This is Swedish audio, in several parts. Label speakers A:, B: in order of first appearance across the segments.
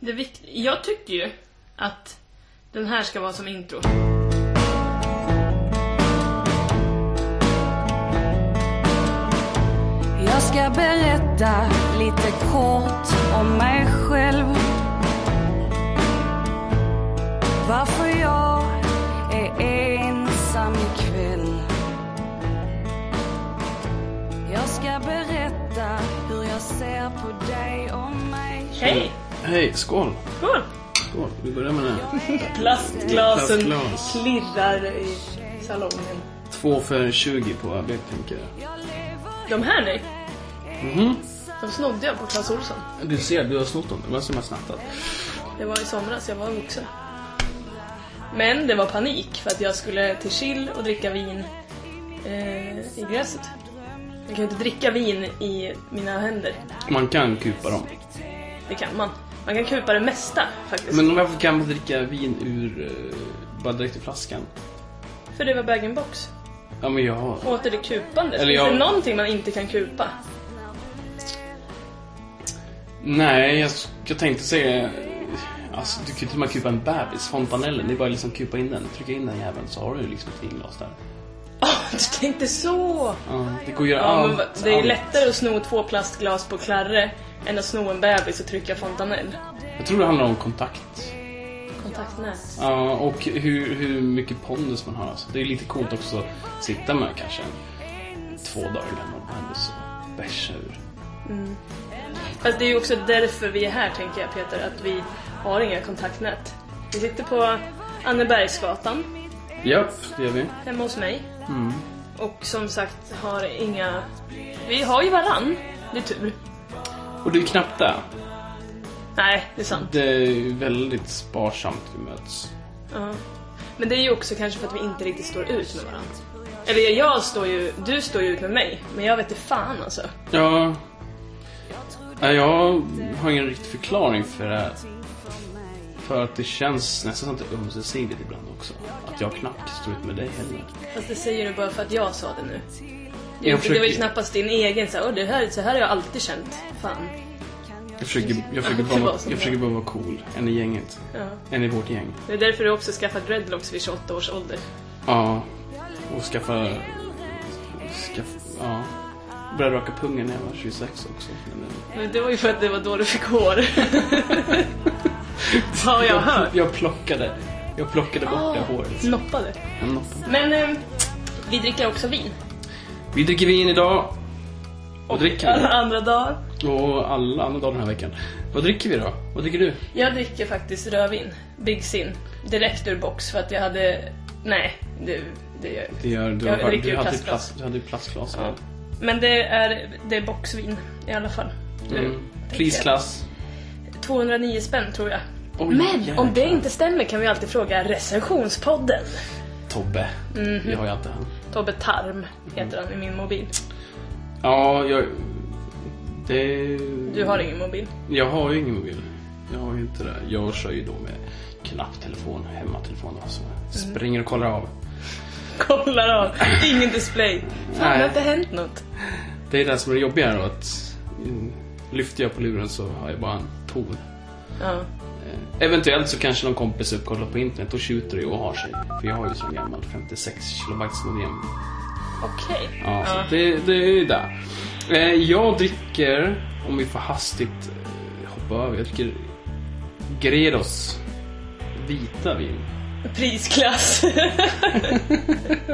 A: Det vikt... Jag tycker ju att den här ska vara som intro.
B: Jag ska berätta lite kort om mig själv. Varför jag är ensam ikväll. Jag ska berätta hur jag ser på dig och mig.
A: Hej!
C: Hej, skål!
A: Skål!
C: Skål, vi börjar med den här.
A: Plastglasen
C: Plastglas.
A: klirrar i salongen.
C: Två för 20 på AB, tänker jag.
A: De här nej.
C: Mhm.
A: De snodde jag på Clas Ohlson.
C: Du ser, du har snott dem. Det var som jag snattat.
A: Det var i somras, jag var vuxen. Men det var panik för att jag skulle till Chill och dricka vin eh, i gräset. Jag kan ju inte dricka vin i mina händer.
C: Man kan kupa dem.
A: Det kan man. Man kan kupa det mesta faktiskt.
C: Men varför kan man dricka vin ur... eh, Bara direkt i flaskan?
A: För det var bag-in-box.
C: Ja, men jag har...
A: Åter det kupandet.
C: Eller
A: Finns
C: jag-
A: det någonting man inte kan kupa?
C: Nej, jag, jag tänkte säga... Alltså, du kan ju inte bara kupa en bebis. Fontanellen, det är bara liksom kupa in den. Trycka in den jäveln så har du ju liksom ett vinglas där.
A: Åh, du tänkte så!
C: Ja, det går ju
A: Ja,
C: allt.
A: men det är
C: allt.
A: lättare att sno två plastglas på Klarre än att sno en bebis och trycka fontanell.
C: Jag tror det handlar om kontakt.
A: Kontaktnät.
C: Ja, och hur, hur mycket pondus man har. Alltså. Det är lite coolt också att sitta med kanske en, två dagar gammal pondus och bärsa ur.
A: Fast det är ju också därför vi är här, tänker jag Peter, att vi har inga kontaktnät. Vi sitter på Annebergsgatan
C: Japp, det gör vi.
A: hemma hos mig. Och som sagt har inga... Vi har ju varann. Det är tur.
C: Och det är knappt det.
A: Nej, det är sant.
C: Det är ju väldigt sparsamt vi möts.
A: Ja. Men det är ju också kanske för att vi inte riktigt står ut med varandra. Eller jag står ju, du står ju ut med mig, men jag vet inte fan alltså.
C: Ja, ja, jag har ingen riktig förklaring för det. här. För att det känns nästan som att det är ömsesidigt ibland också. Att jag knappt står ut med dig heller.
A: Fast det säger du bara för att jag sa det nu. Det, det
C: Jag
A: var ju
C: försöker-
A: knappast din egen så här, "Åh, det här, så här har jag alltid känt. Fan.
C: Jag försöker, jag försöker, bara, vara- jag försöker bara vara cool. En i gänget.
A: Ja.
C: En i vårt gäng.
A: Det är därför du också skaffat dreadlocks vid 28 års ålder.
C: Ja. Och skaffa... skaffa ja. Började raka pungen när jag var 26 också. Men
A: Men det var ju för att det var då du fick hår. Vad har jag Ah. hört?
C: jag, jag plockade. Jag plockade bort det håret.
A: Noppade.
C: Jag noppade.
A: Men eh, vi dricker också vin.
C: Vi dricker vin idag. Vad
A: Alla
C: dricker
A: andra dagar.
C: vi? Och alla andra dagar den här veckan. Vad dricker vi då? Vad dricker du?
A: Jag dricker faktiskt rödvin, Big Sin, direkt ur box för att jag hade... Nej, det, det gör jag inte.
C: Det gör, du,
A: Jag
C: har-
A: dricker
C: du,
A: ur
C: hade ju
A: plastglas.
C: plast, du hade ju plastglas.
A: Ja. Men det är, det är boxvin i alla fall.
C: Mm. Prisklass.
A: 209 spänn tror jag.
C: Oj,
A: Men
C: jäklar.
A: om det inte stämmer kan vi alltid fråga recensionspodden.
C: Tobbe.
A: Mhm.
C: Vi har ju alltid han.
A: Tobbe Tarm heter han i min mobil.
C: Ja, jag... Det...
A: Du har ingen mobil.
C: Jag har ju ingen mobil. Jag har ju inte det. Jag kör ju då med knapptelefon, hemmatelefon alltså. Springer och kollar av.
A: Kollar av. Ingen display. Fan, det
C: Nej.
A: har inte hänt något.
C: Det är det som är det jobbiga då att mm, lyfter jag på luren så har jag bara en ton.
A: Ja.
C: Eh, Eventuellt så kanske någon kompis upp kollar på internet och tjuter ju och har sig. För jag har ju sån gammal 56 kilobytes modem.
A: Okej.
C: Ja, Så det, det är ju det. Eh, Jag dricker, om vi får hastigt eh, hoppa över, jag dricker Gredos vita vin.
A: Prisklass.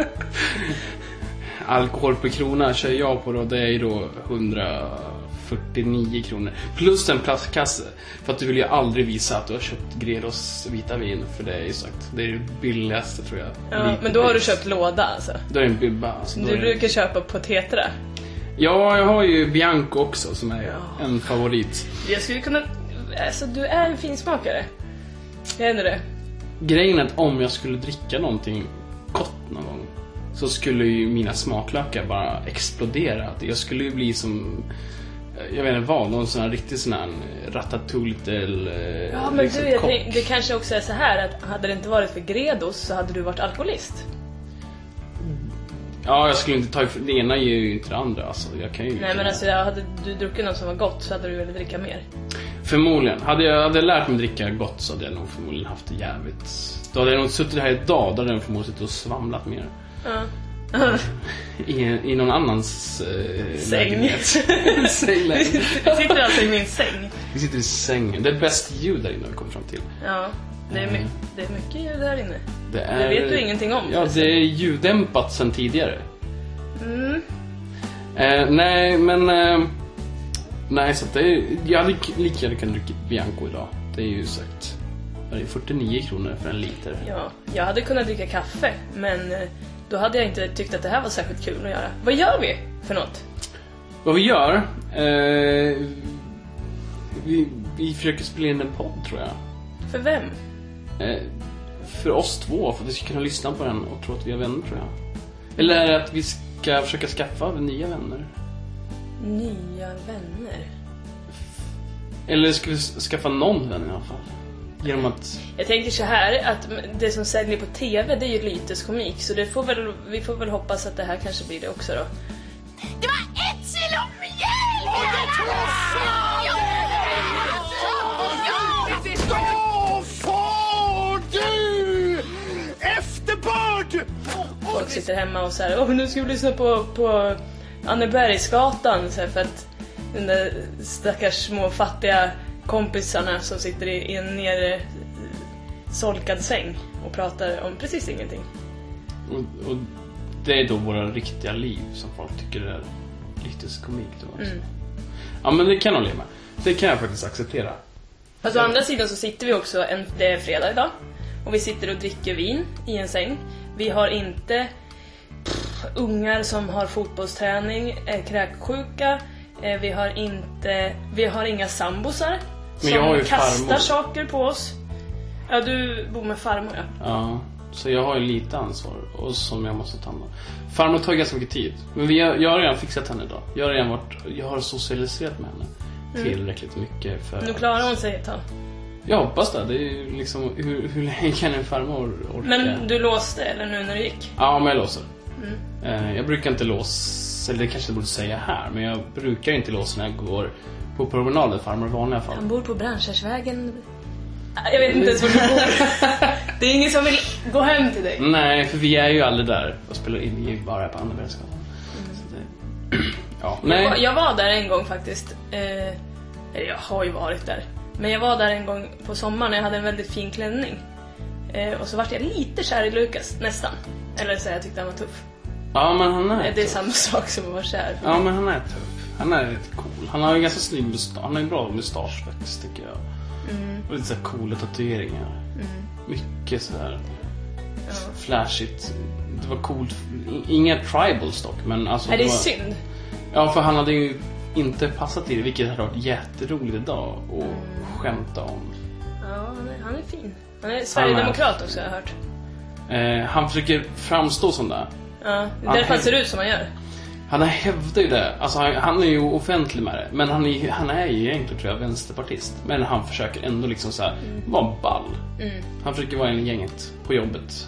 C: Alkohol per krona kör jag på då, det är ju då 149 kronor. Plus en plastkasse. För att du vill ju aldrig visa att du har köpt Gredos vita vin, för det är ju sagt, det är det billigaste tror jag.
A: ja,
C: Lite
A: men då har du
C: pris.
A: köpt låda alltså.
C: Då är det en bibba. Alltså, då
A: Du
C: är det...
A: brukar köpa på Tetra.
C: Ja, jag har ju Bianco också som är en favorit.
A: Jag skulle kunna... Alltså du är en finsmakare. Jag ändå det.
C: Grejen är att om jag skulle dricka någonting gott någon gång så skulle ju mina smaklökar bara explodera. Jag skulle ju bli som, eh, jag vet inte vad, någon sån här riktig sån här eh, ratatouille eller eh, liksom
A: Ja men du, jag
C: kock.
A: tänk, det kanske också är så här att hade det inte varit för Gredos så hade du varit alkoholist.
C: Ja, jag skulle inte ta ifrån, det ena ger ju inte det andra alltså. Jag kan ju
A: Nej men alltså jag hade du druckit något som var gott så hade du velat dricka mer.
C: Förmodligen. Hade jag, hade jag lärt mig dricka gott så hade jag nog förmodligen haft det jävligt... Då hade jag nog suttit här idag, då hade jag förmodligen suttit och svamlat mer.
A: Ja.
C: I, i någon annans... Eh,
A: Säng.
C: lägenhet. Säng, lägenhet.
A: Jag sitter alltså i min säng.
C: Vi sitter i sängen. Det är bäst ljud där inne har vi kommit fram till.
A: Ja, det är, my- det är mycket ljud här inne.
C: Det, är,
A: Det vet du ingenting om.
C: Ja, det är ljuddämpat sen tidigare.
A: Mm.
C: Eh, nej, men... Eh, nej, så att det är, jag hade k- lika gärna kunnat dricka Bianco idag. Det är ju sagt... vad är Det 49 kronor för en liter.
A: Ja, jag hade kunnat dricka kaffe, men eh, då hade jag inte tyckt att det här var särskilt kul att göra. Vad gör vi för något?
C: Vad vi gör... Eh, vi, vi försöker spela in en podd, tror jag.
A: För vem?
C: Eh, för oss två, för att vi ska kunna lyssna på den och tro att vi är vänner, tror jag. Eller är det att vi ska försöka skaffa nya vänner?
A: Nya vänner.
C: Eller ska vi s- skaffa någon vän i alla fall? Genom att...
A: Jag tänker så här att det som säljer på TV det är ju lyteskomik så det får väl, vi får väl hoppas att det här kanske blir det också då.
D: Det var ett kilo mjöl! Och det krossade! Då får du efterbörd!
A: Folk sitter hemma och så här, åh nu ska vi lyssna på, på Annebergsgatan så här, för att de där stackars små fattiga kompisarna som sitter i, i en nere solkad säng och pratar om precis ingenting.
C: Och, och det är då våra riktiga liv som folk tycker är lite komik då. Alltså. Ja men det kan de leva med. Det kan jag faktiskt acceptera.
A: Fast å andra sidan så sitter vi också, en, det är fredag idag, och vi sitter och dricker vin i en säng. Vi har inte pff, ungar som har fotbollsträning, är kräksjuka, eh, vi har inte, vi har inga sambosar som
C: jag har ju
A: kastar
C: farmor.
A: saker på oss. Ja, du bor med farmor ja.
C: Ja. Så jag har ju lite ansvar och som jag måste ta hand om. Farmor tar ganska mycket tid. Men vi har, jag har redan fixat henne idag. Jag har redan varit, jag har socialiserat med henne. Tillräckligt mycket för
A: Nu
C: att-
A: klarar hon sig ett tag.
C: Jag hoppas det. Det är ju liksom, hur, hur länge kan en farmor orka?
A: Men du Mm. låste, eller nu när du gick?
C: Ja, men jag låser. Eh, Jag brukar inte låsa, eller det kanske jag borde säga här, men jag brukar inte låsa när jag går på promenader farmor i vanliga fall.
A: Han bor på Brandkärrsvägen. Jag vet inte ens var du bor. Det är ingen som vill gå hem till dig.
C: Nej, för vi är ju aldrig där och spelar in, vi är ju bara här på Annebergsgatan. Så det- Ja,
A: Mm. Jag var-
C: nej.
A: Jag var där en gång faktiskt. Eh, eller jag har ju varit där. Men jag var där en gång på sommaren. Jag hade en väldigt fin klänning. Eh, och så vart jag lite kär i Lukas, nästan. Eller så här, jag tyckte han var tuff.
C: Ja, men han är
A: Eh, Det är
C: tuff.
A: samma sak som att vara kär.
C: Ja, men han är tuff. Han är rätt cool. Han har ju ganska snygg mustasch. Han har ju bra mustasch faktiskt, tycker jag.
A: Mm.
C: Och lite så här coola tatueringar. Mycket så här flashigt. Det var coolt. I- Inga tribals dock, men alltså...
A: Nej, det är
C: var-
A: synd.
C: Ja, för han hade ju inte passat i det, vilket hade varit jätteroligt idag
A: Mm.
C: att skämta om.
A: Ja, han är, han är fin. Han är sverigedemokrat också har jag hört.
C: Eh, han försöker framstå som det.
A: Ja, det är därför han ser ut som han gör.
C: Han hävdar ju det. Alltså, han, han är ju offentlig med det. Men han är, han är ju egentligen, tror jag, vänsterpartist. Men han försöker ändå liksom så här, vara ball. Han försöker vara en i gänget på jobbet.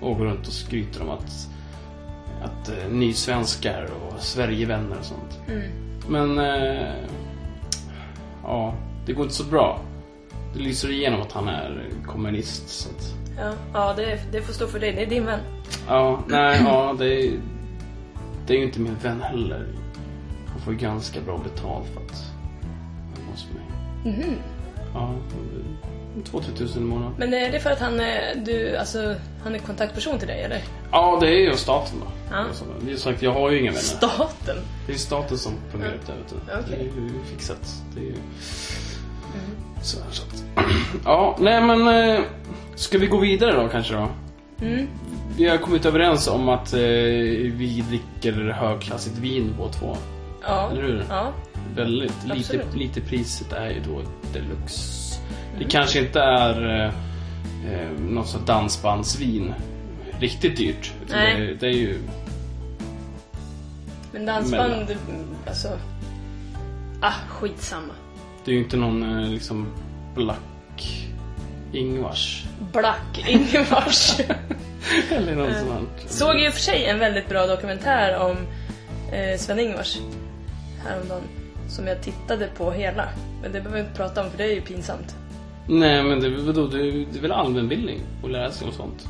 C: Och går runt och skryter om att, att eh, nysvenskar och Sverigevänner och sånt. Men, eh, ja, det går inte så bra. Det lyser igenom att han är kommunist. Så att,
A: Ja, ja det, det får stå för dig. Det är din vän.
C: Ja, nej, ja, det är, det är ju inte min vän heller. Han får ju ganska bra betalt för att umgås med mig.
A: Mhm.
C: Ja, 2-3 tusen i månaden.
A: Men är det för att han är, du, alltså, han är kontaktperson till dig, eller?
C: Ja, det är ju staten då.
A: Ja.
C: Alltså, Det är ju sagt, jag har ju inga vänner.
A: Staten?
C: det är staten som fungerar ut det här, vet du.
A: Okej. Mm.
C: Det är ju fixat. Det är ju... Så, så att... Ja, nej men... eh, Ska vi gå vidare då kanske då?
A: Mm.
C: Vi har kommit överens om att eh, vi dricker högklassigt vin båda två.
A: Ja.
C: Eller hur?
A: Ja.
C: Väldigt. Lite,
A: Absolut. Mm.
C: lite priset är ju då deluxe. Det kanske inte är eh, eh, något sånt dansbandsvin. Riktigt dyrt. Utan
A: Nej.
C: Det, det är ju...
A: Men dansband, alltså... Ah, skitsamma.
C: Det är ju inte någon eh, liksom black Ingvars.
A: Black Ingevars.
C: Eller något sånt.
A: Såg i och för sig en väldigt bra dokumentär om eh, Sven-Ingvars häromdagen. Som jag tittade på hela. Men det behöver vi inte prata om för det är ju pinsamt.
C: Nej, men det, är väl- vadå, det, är- det är väl allmänbildning att lära sig om sånt?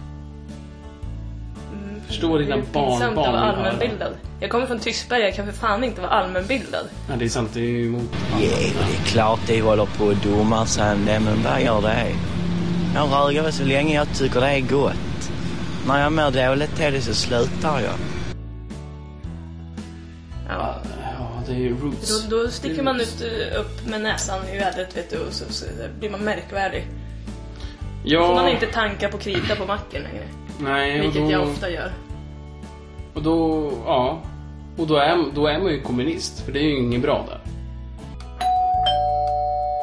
C: Förstår
A: Mm, Det är
C: dina
A: ju pinsamt att
C: barnbarn
A: vara
C: att höra.
A: allmänbildad. Jag kommer från Tystberga, jag kan för fan inte vara allmänbildad.
C: Nej, det är sant. Det är ju emot
E: Det är klart de håller på och domar sig, men vad gör det? Jag röker väl så länge jag tycker det är gott. När jag mår dåligt av det så slutar jag.
A: Ja.
C: Ja, det är ju roots.
A: Då, då sticker man ut, eh, upp med näsan i vädret vet du, och så, så blir man märkvärdig. Får
C: Ja,
A: man inte tanka på krita på macken längre.
C: nej, och
A: Vilket
C: då,
A: jag ofta gör.
C: och då, ja. Och då är, då är man ju kommunist, för det är ju inget bra där.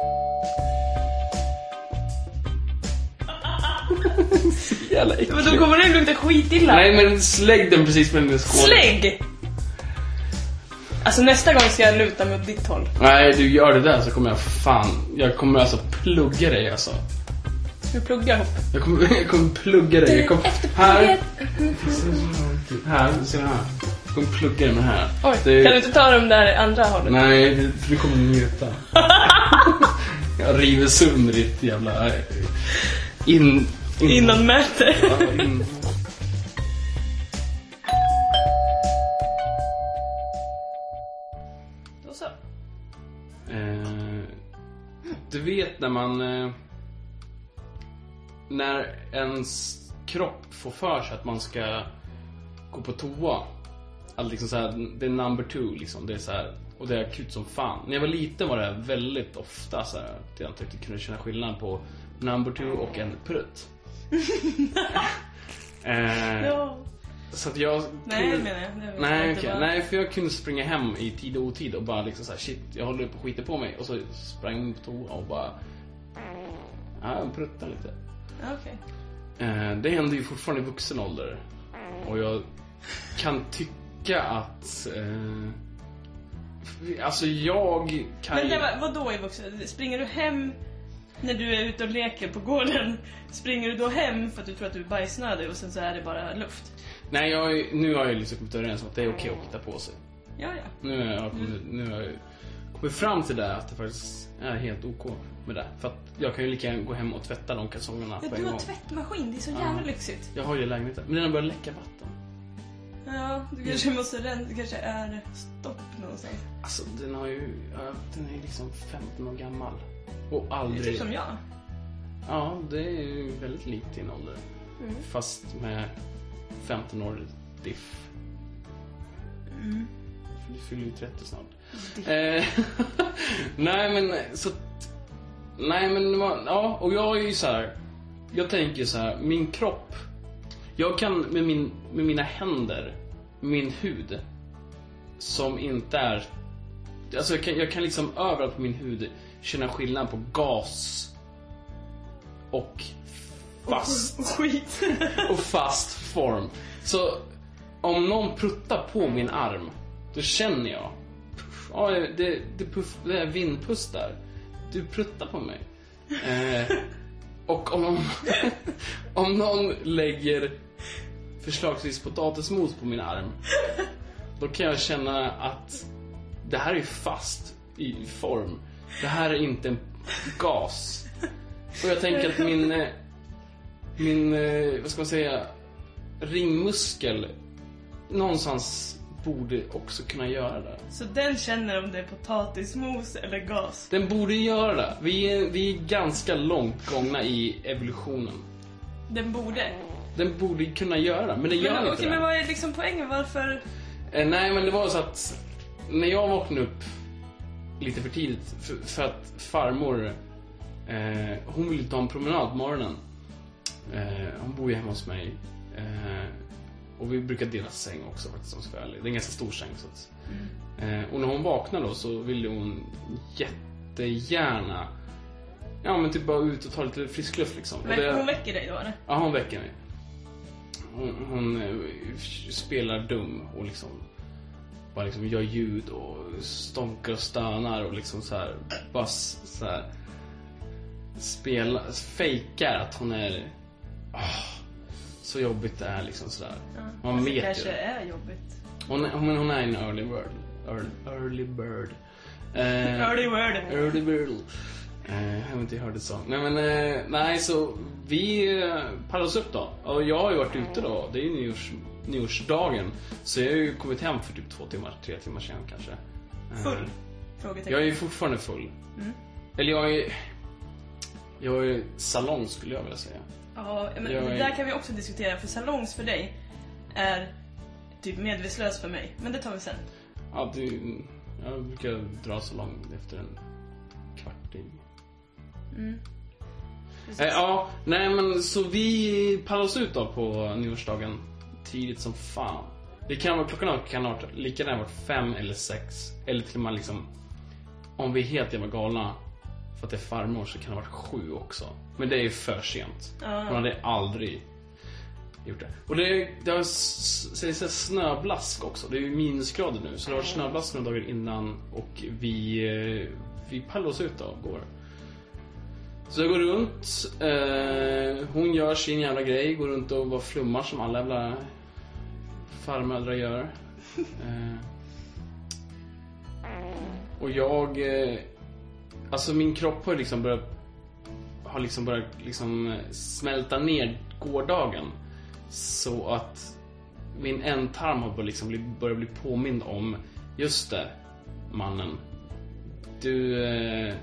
C: Så Jävla
A: Men då
C: äckligt.
A: kommer den lukta skitilla.
C: Nej men släng den precis med den där skålen.
A: Slägg! Alltså nästa gång ska jag luta mig åt ditt håll.
C: Nej du gör det där så kommer jag fan, jag kommer alltså plugga dig alltså.
A: Du pluggar ihop.
C: Jag kommer, jag kommer plugga dig. Jag kommer, här. Här, du ser den här. Jag kommer plugga dig med den här.
A: Oj,
C: Det-
A: kan du inte ta dem där andra hållet?
C: Nej, du, du kommer njuta. jag river sönder ditt jävla... In... in-
A: Innan mäter.
C: Ja, in-
A: Då så.
C: Eh, du vet när man... Eh, när ens kropp får för sig att man ska gå på toa. Att liksom så här, det är number two liksom. Det är så här, och det är akut som fan. När jag var liten var det här väldigt ofta så här, att jag inte riktigt kunde känna skillnad på number two och en prutt. eh,
A: Ja.
C: Så att jag...
A: Nej menar jag. Det var-
C: Nej,
A: det
C: okej.
A: var-
C: Nej, för jag kunde springa hem i tid och otid och bara liksom så här, shit, jag håller på att skita på mig. Och så sprang jag in på toa och bara... Ja, jag pruttade lite.
A: Okej.
C: Eh, det händer ju fortfarande i vuxen ålder. Och jag kan tycka att... Eh, alltså jag kan
A: Men
C: ju...
A: det var, vadå i vuxen? Springer du hem när du är ute och leker på gården? Springer du då hem för att du tror att du är bajsnödig och sen så är det bara luft?
C: Nej, jag, har ju- nu har jag liksom kommit överens om att det är okej att hitta på sig.
A: Ja, ja.
C: Nu har jag
A: Mm.
C: kommit, nu har jag kommit fram till det att det faktiskt är helt OK med det. För att jag kan ju lika gärna gå hem och tvätta de kalsongerna
A: ja
C: på
A: du
C: en gång.
A: har tvättmaskin, det är så jävla lyxigt.
C: Jag har ju lägenheten. Men den har börjat läcka vatten.
A: Ja, du kanske måste rensa, det kanske är stopp någonstans.
C: Alltså den har ju, ja, den är ju liksom 15 år gammal. Och
A: Det är
C: aldrig...
A: typ som jag.
C: Ja, det är ju väldigt likt din ålder. Fast med 15 år diff. För Du fyller ju 30 snart. Eh, nej men så... att- Nej men man- ja, och jag är ju så här. Jag tänker ju så här, min kropp. Jag kan med, min, med mina händer, min hud. Som inte är... Alltså jag kan, jag kan liksom överallt på min hud känna skillnad på gas och fast,
A: Skit.
C: och fast form. Så om någon pruttar på min arm, då känner jag. Puff, ja, det, det, puff, det är vindpuss där. Du pruttar på mig. Eh, och om någon, om någon lägger förslagsvis potatismos på min arm, då kan jag känna att det här är ju fast i form. Det här är inte en gas. Och jag tänker att min, eh, min, eh, vad ska man säga, ringmuskel någonstans borde också kunna göra det.
A: Så den känner om det är potatismos eller gas.
C: Den borde göra det. Vi är, vi är ganska långt gångna i evolutionen.
A: Den borde.
C: Den borde kunna göra det, men den gör
A: Men,
C: inte
A: okej,
C: det.
A: men vad är liksom poängen? Varför?
C: Eh, Nej, men det var så att när jag vaknade upp lite för tidigt för, för att farmor eh, hon ville ta en promenad på morgonen. Eh, hon bor ju hemma hos mig. Eh, och vi brukar dela säng också faktiskt om jag ska vara ärlig. Det är en ganska stor säng. Så att, eh, och när hon vaknade då så ville hon jättegärna ja men typ bara ut och ta lite frisk luft liksom. Och det-
A: Men, hon väcker dig då eller?
C: Ja, hon väcker mig. Hon, hon eh, f- spelar dum och liksom bara liksom gör ljud och stonkar och stönar och liksom så här bara s- så här spelar, fejkar att hon är ah, så jobbigt det är liksom sådär. Man
A: Fast det
C: vet ju.
A: alltså, kanske
C: det.
A: är jobbigt.
C: Hon, är- hon, hon är en early bird. Early, early bird. Eh,
A: Early word.
C: Early Bird. Eh, jag vet inte, jag hörde det så. Nej men, eh, nej så vi eh, paddade oss upp då. Och jag har ju varit ute då. Det är ju nyårs, nyårsdagen. Så jag har ju kommit hem för typ två timmar, tre timmar sen kanske. Eh,
A: Full?
C: Jag är
A: Frågetecken.
C: ju fortfarande full. Eller jag är... Jag är salong skulle jag vilja säga.
A: Ja, men
C: jag är-
A: det där kan vi också diskutera för salongs för dig är typ medvetslös för mig. Men det tar vi sen.
C: Ja, det, jag brukar dra salong efter en kvart i Eh, ja, nej men så vi pallas ut då på nyårsdagen tidigt som fan. Det kan vara, klockan kan ha varit lika gärna varit fem eller sex. Eller till och med liksom, om vi är helt jävla galna för att det är farmor så kan det ha varit sju också. Men det är ju för sent.
A: Ja.
C: Hon hade aldrig gjort det. Och det, det har s- sägs att snöblask också. Det är ju minusgrader nu. Så det har varit snöblask några dagar innan och vi, eh, vi pallar oss ut då och går. Så jag går runt. Eh, hon gör sin jävla grej. Går runt och bara flummar som alla jävla farmödrar gör. Eh, och jag... Eh, alltså min kropp har liksom börjat... Har liksom börjat liksom eh, smälta ner gårdagen. Så att min ändtarm har börjat liksom bli, börjat bli påmind om... Just det, mannen. Du... Eh,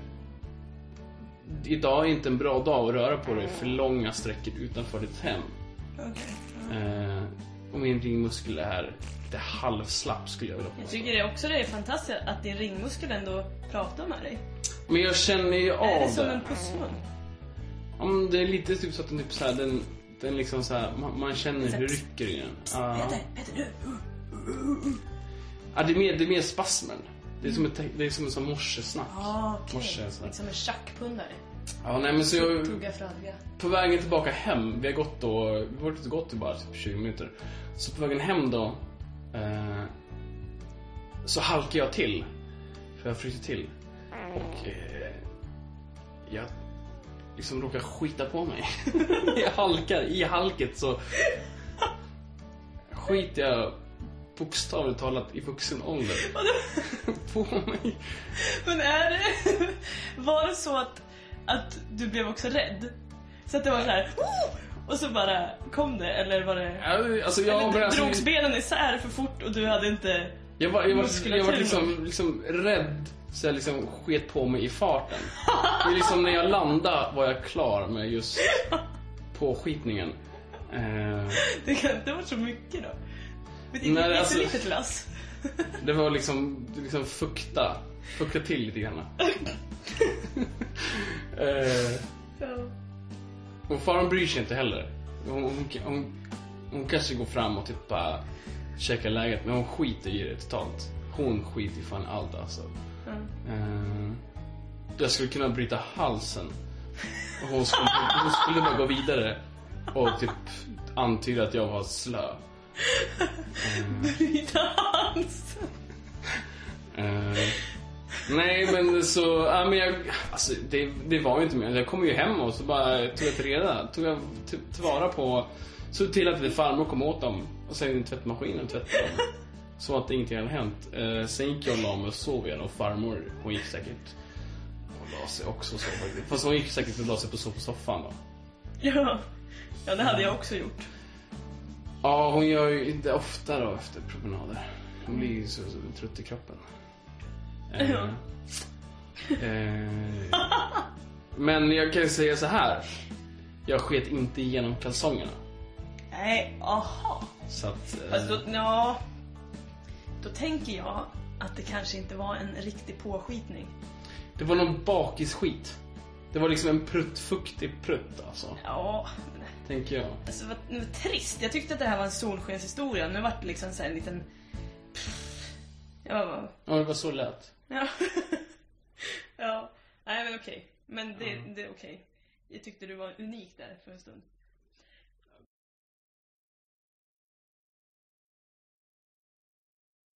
C: Idag är inte en bra dag att röra på dig för långa sträckor utanför ditt hem.
A: Okej.
C: Eh, och min ringmuskel är det är halvslapp skulle jag vilja
A: Jag
C: påstå.
A: tycker det också det är fantastiskt att din ringmuskel ändå pratar med dig.
C: Men jag känner ju av
A: är
C: det.
A: det som en pussmun?
C: Ja, men det är lite typ så att den typ så här, den, den liksom så här, man, man känner hur det rycker i den. Ja.
A: Peter, Peter du!
C: Ja, det, är mer, det är mer spasmen. Det är som ett, te- det är som en sån morsesnack.
A: Ah, okej.
C: Morse, så här.
A: Liksom en tjackpundare.
C: Ja, nej men så jag...
A: Tugga fradga.
C: På vägen tillbaka hem, vi har gått då, vi har varit ute och gått i bara typ 20 minuter. Så på vägen hem då, eh, så halkar jag till. För jag fryser till. Och eh, jag liksom råkar skita på mig. jag halkar, i halket så skiter jag bokstavligt talat i vuxen ålder på mig.
A: Men är det... Var det så att, att du blev också rädd? Så att det var så här... "Oh!" Och så bara kom det, eller var det...
C: Ja, Alltså
A: eller
C: jag började-
A: drogs benen isär för fort och du hade inte...
C: Jag var, jag var,
A: Muskulatur.
C: jag var liksom, liksom rädd så jag liksom sket på mig i farten. Det är liksom när jag landade var jag klar med just påskitningen. Eh,
A: Det kan inte ha varit så mycket då. Men det
C: Nej,
A: är
C: alltså-
A: så litet lass.
C: det var liksom, liksom fukta, fukta till lite grann. eh, och farmor bryr sig inte heller. Hon, hon, hon, hon kanske går fram och typ bara checkar läget men hon skiter i det totalt. Hon skiter i fan allt alltså.
A: Ja.
C: Eh, jag skulle kunna bryta halsen. Och hon skulle, hon skulle bara gå vidare och typ antyda att jag var slö.
A: Bryta hans.
C: Eh, nej men så, ja men jag, alltså det, det var ju inte mer. Jag kom ju hem och så bara tog jag till reda, tog jag till- tillvara på, såg till att farmor kom åt dem och sen i tvättmaskinen tvättade dem. Som att ingenting hade hänt. Eh, sen gick jag och la mig och sov igen och farmor hon gick säkert och la sig också och sov faktiskt. Fast hon gick säkert och la sig på, so- på soffan då.
A: Ja. ja, det hade jag också gjort.
C: Ja, hon gör ju det ofta då efter promenader. Hon blir ju så, så trött i kroppen. Eh,
A: Ja.
C: eh, men jag kan ju säga så här. Jag sket inte igenom kalsongerna.
A: Nej, aha.
C: Så att... Eh,
A: Alltså, då, ja. Då tänker jag att det kanske inte var en riktig påskitning.
C: Det var någon bakisskit. Det var liksom en pruttfuktig prutt alltså.
A: Ja,
C: Tänker jag.
A: alltså vad, vad trist. Jag tyckte att det här var en solskenshistoria. Nu vart det liksom så här en liten... Ja,
C: Ja, det var så lätt.
A: ja. ja. Nej men okej. Men det, det är okej. Jag tyckte du var unik där för en stund.